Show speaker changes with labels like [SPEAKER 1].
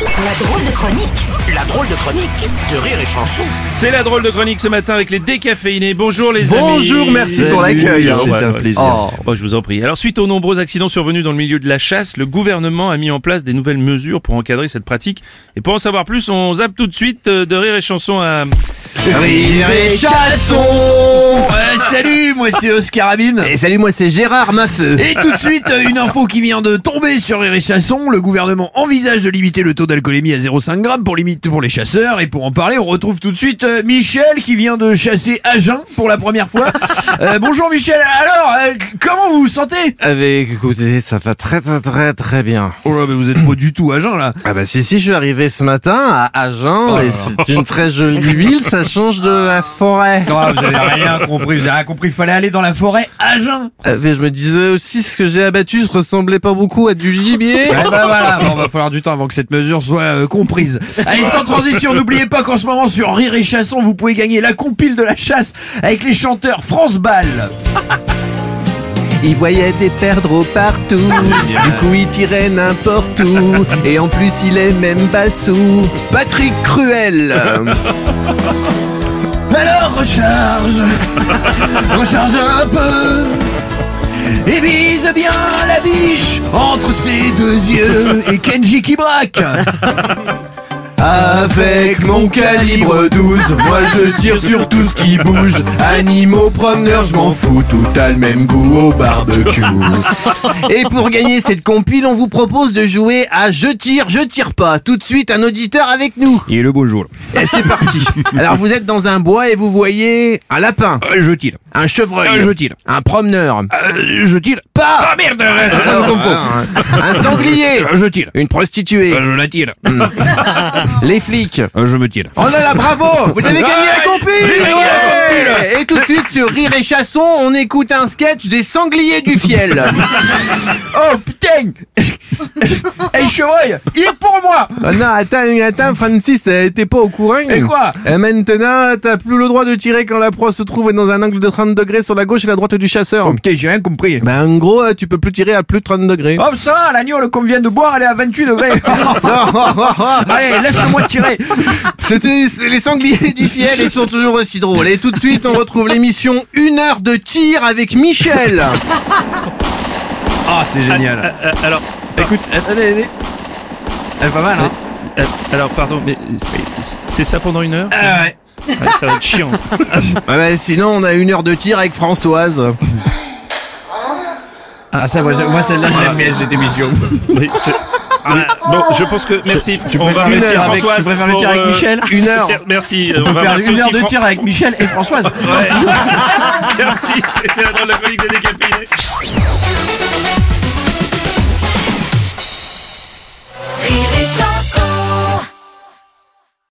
[SPEAKER 1] La drôle de chronique
[SPEAKER 2] La drôle de chronique de Rire et Chanson.
[SPEAKER 3] C'est la drôle de chronique ce matin avec les décaféinés. Bonjour les amis.
[SPEAKER 4] Bonjour, merci pour
[SPEAKER 3] Salut.
[SPEAKER 4] l'accueil.
[SPEAKER 3] Oh,
[SPEAKER 4] C'est
[SPEAKER 3] bah,
[SPEAKER 4] un
[SPEAKER 3] ouais.
[SPEAKER 4] plaisir.
[SPEAKER 3] Oh, bah, je vous en prie. Alors suite aux nombreux accidents survenus dans le milieu de la chasse, le gouvernement a mis en place des nouvelles mesures pour encadrer cette pratique. Et pour en savoir plus, on zappe tout de suite euh, de rire et chanson à...
[SPEAKER 4] Rire et chanson Euh, Salut, moi c'est Oscar Amine.
[SPEAKER 5] Et salut, moi c'est Gérard Maffeux.
[SPEAKER 4] Et tout de suite, euh, une info qui vient de tomber sur Rire et Chasson. Le gouvernement envisage de limiter le taux d'alcoolémie à 0,5 grammes pour, limite- pour les chasseurs. Et pour en parler, on retrouve tout de suite euh, Michel qui vient de chasser à jeun pour la première fois. Euh, bonjour Michel, alors, euh, comment vous vous sentez
[SPEAKER 5] Avec, écoutez, ça va très très très très bien.
[SPEAKER 4] Oh là, mais vous êtes pas du tout à jeun là.
[SPEAKER 5] Ah bah si si, je suis arrivé ce matin à Agen et c'est une très jolie ville, ça change de la forêt.
[SPEAKER 4] Non, Ah, vous avez rien compris, vous avez rien compris, il fallait aller dans la forêt à jeun.
[SPEAKER 5] Euh, mais je me disais aussi ce que j'ai abattu se ressemblait pas beaucoup à du gibier.
[SPEAKER 4] Eh ben voilà, bon, va falloir du temps avant que cette mesure soit euh, comprise. Allez, sans transition, n'oubliez pas qu'en ce moment sur Rire et Chasson, vous pouvez gagner la compile de la chasse avec les chanteurs France Ball.
[SPEAKER 5] Il voyait des perdreaux partout, du coup il tirait n'importe où, et en plus il est même pas sous. Patrick Cruel
[SPEAKER 4] Alors recharge, recharge un peu. Et vise bien la biche entre ses deux yeux et Kenji qui braque.
[SPEAKER 5] Avec mon calibre 12, moi je tire sur tout ce qui bouge. Animaux, promeneurs, je m'en fous, tout a le même goût au barbecue. Et pour gagner cette compile, on vous propose de jouer à Je tire, je tire pas. Tout de suite, un auditeur avec nous.
[SPEAKER 4] Il est le beau jour.
[SPEAKER 5] Et c'est parti. Alors vous êtes dans un bois et vous voyez un lapin,
[SPEAKER 4] Euh, je tire, Euh,
[SPEAKER 5] un chevreuil,
[SPEAKER 4] tire, Euh,
[SPEAKER 5] un promeneur,
[SPEAKER 4] je tire. Ah,
[SPEAKER 5] pas Ah, hein.
[SPEAKER 4] merde, euh,
[SPEAKER 5] un sanglier,
[SPEAKER 4] je tire,
[SPEAKER 5] une prostituée,
[SPEAKER 4] je la tire,
[SPEAKER 3] Euh,
[SPEAKER 5] les flics.
[SPEAKER 4] euh, je me tire.
[SPEAKER 5] Oh là là, bravo Vous avez gagné la
[SPEAKER 4] J'ai
[SPEAKER 5] compile
[SPEAKER 4] gagné la
[SPEAKER 5] Ouais Et tout de suite sur Rire et Chasson, on écoute un sketch des sangliers du fiel.
[SPEAKER 4] Oh putain Hey chevreuil, il est pour moi
[SPEAKER 5] Oh non, attends, attends, Francis, euh, t'es pas au courant
[SPEAKER 4] Et quoi
[SPEAKER 5] Euh, Maintenant, t'as plus le droit de tirer quand la proie se trouve dans un angle de 30 degrés sur la gauche et la droite du chasseur.
[SPEAKER 4] Oh putain, j'ai rien compris.
[SPEAKER 5] Ben en gros, euh, tu peux plus tirer à plus de 30 degrés.
[SPEAKER 4] Oh ça va, l'agneau là, qu'on vient de boire, elle est à 28 degrés. Allez, laisse-moi tirer.
[SPEAKER 5] C'était c'est les sangliers du fiel, ils sont toujours aussi drôles. Et tout de suite, on retrouve l'émission Une heure de tir avec Michel.
[SPEAKER 4] Ah, c'est génial.
[SPEAKER 3] Euh, alors,
[SPEAKER 4] Écoute, attendez, attendez. Elle est pas mal, hein
[SPEAKER 3] euh, alors pardon, mais c'est- c'est- c'est ça pendant une heure ça
[SPEAKER 4] Ah ouais.
[SPEAKER 3] Ouais, Ça va être chiant.
[SPEAKER 5] Ah ben, sinon, on a une heure de tir avec Françoise.
[SPEAKER 4] Ah ça, moi, je- moi, celle-là, je l'aime bien cette émission. Ah.
[SPEAKER 3] Oui, je- Bon, je pense que merci. on va
[SPEAKER 4] Une
[SPEAKER 3] réussir
[SPEAKER 4] heure avec,
[SPEAKER 3] Françoise
[SPEAKER 4] tu préfères le
[SPEAKER 3] pour,
[SPEAKER 4] tir avec
[SPEAKER 3] euh,
[SPEAKER 4] Michel
[SPEAKER 5] Une heure.
[SPEAKER 3] Merci.
[SPEAKER 4] On peut faire une heure de tir avec Michel et Françoise.
[SPEAKER 3] Merci. C'était la drôle de chronique des décaféinés.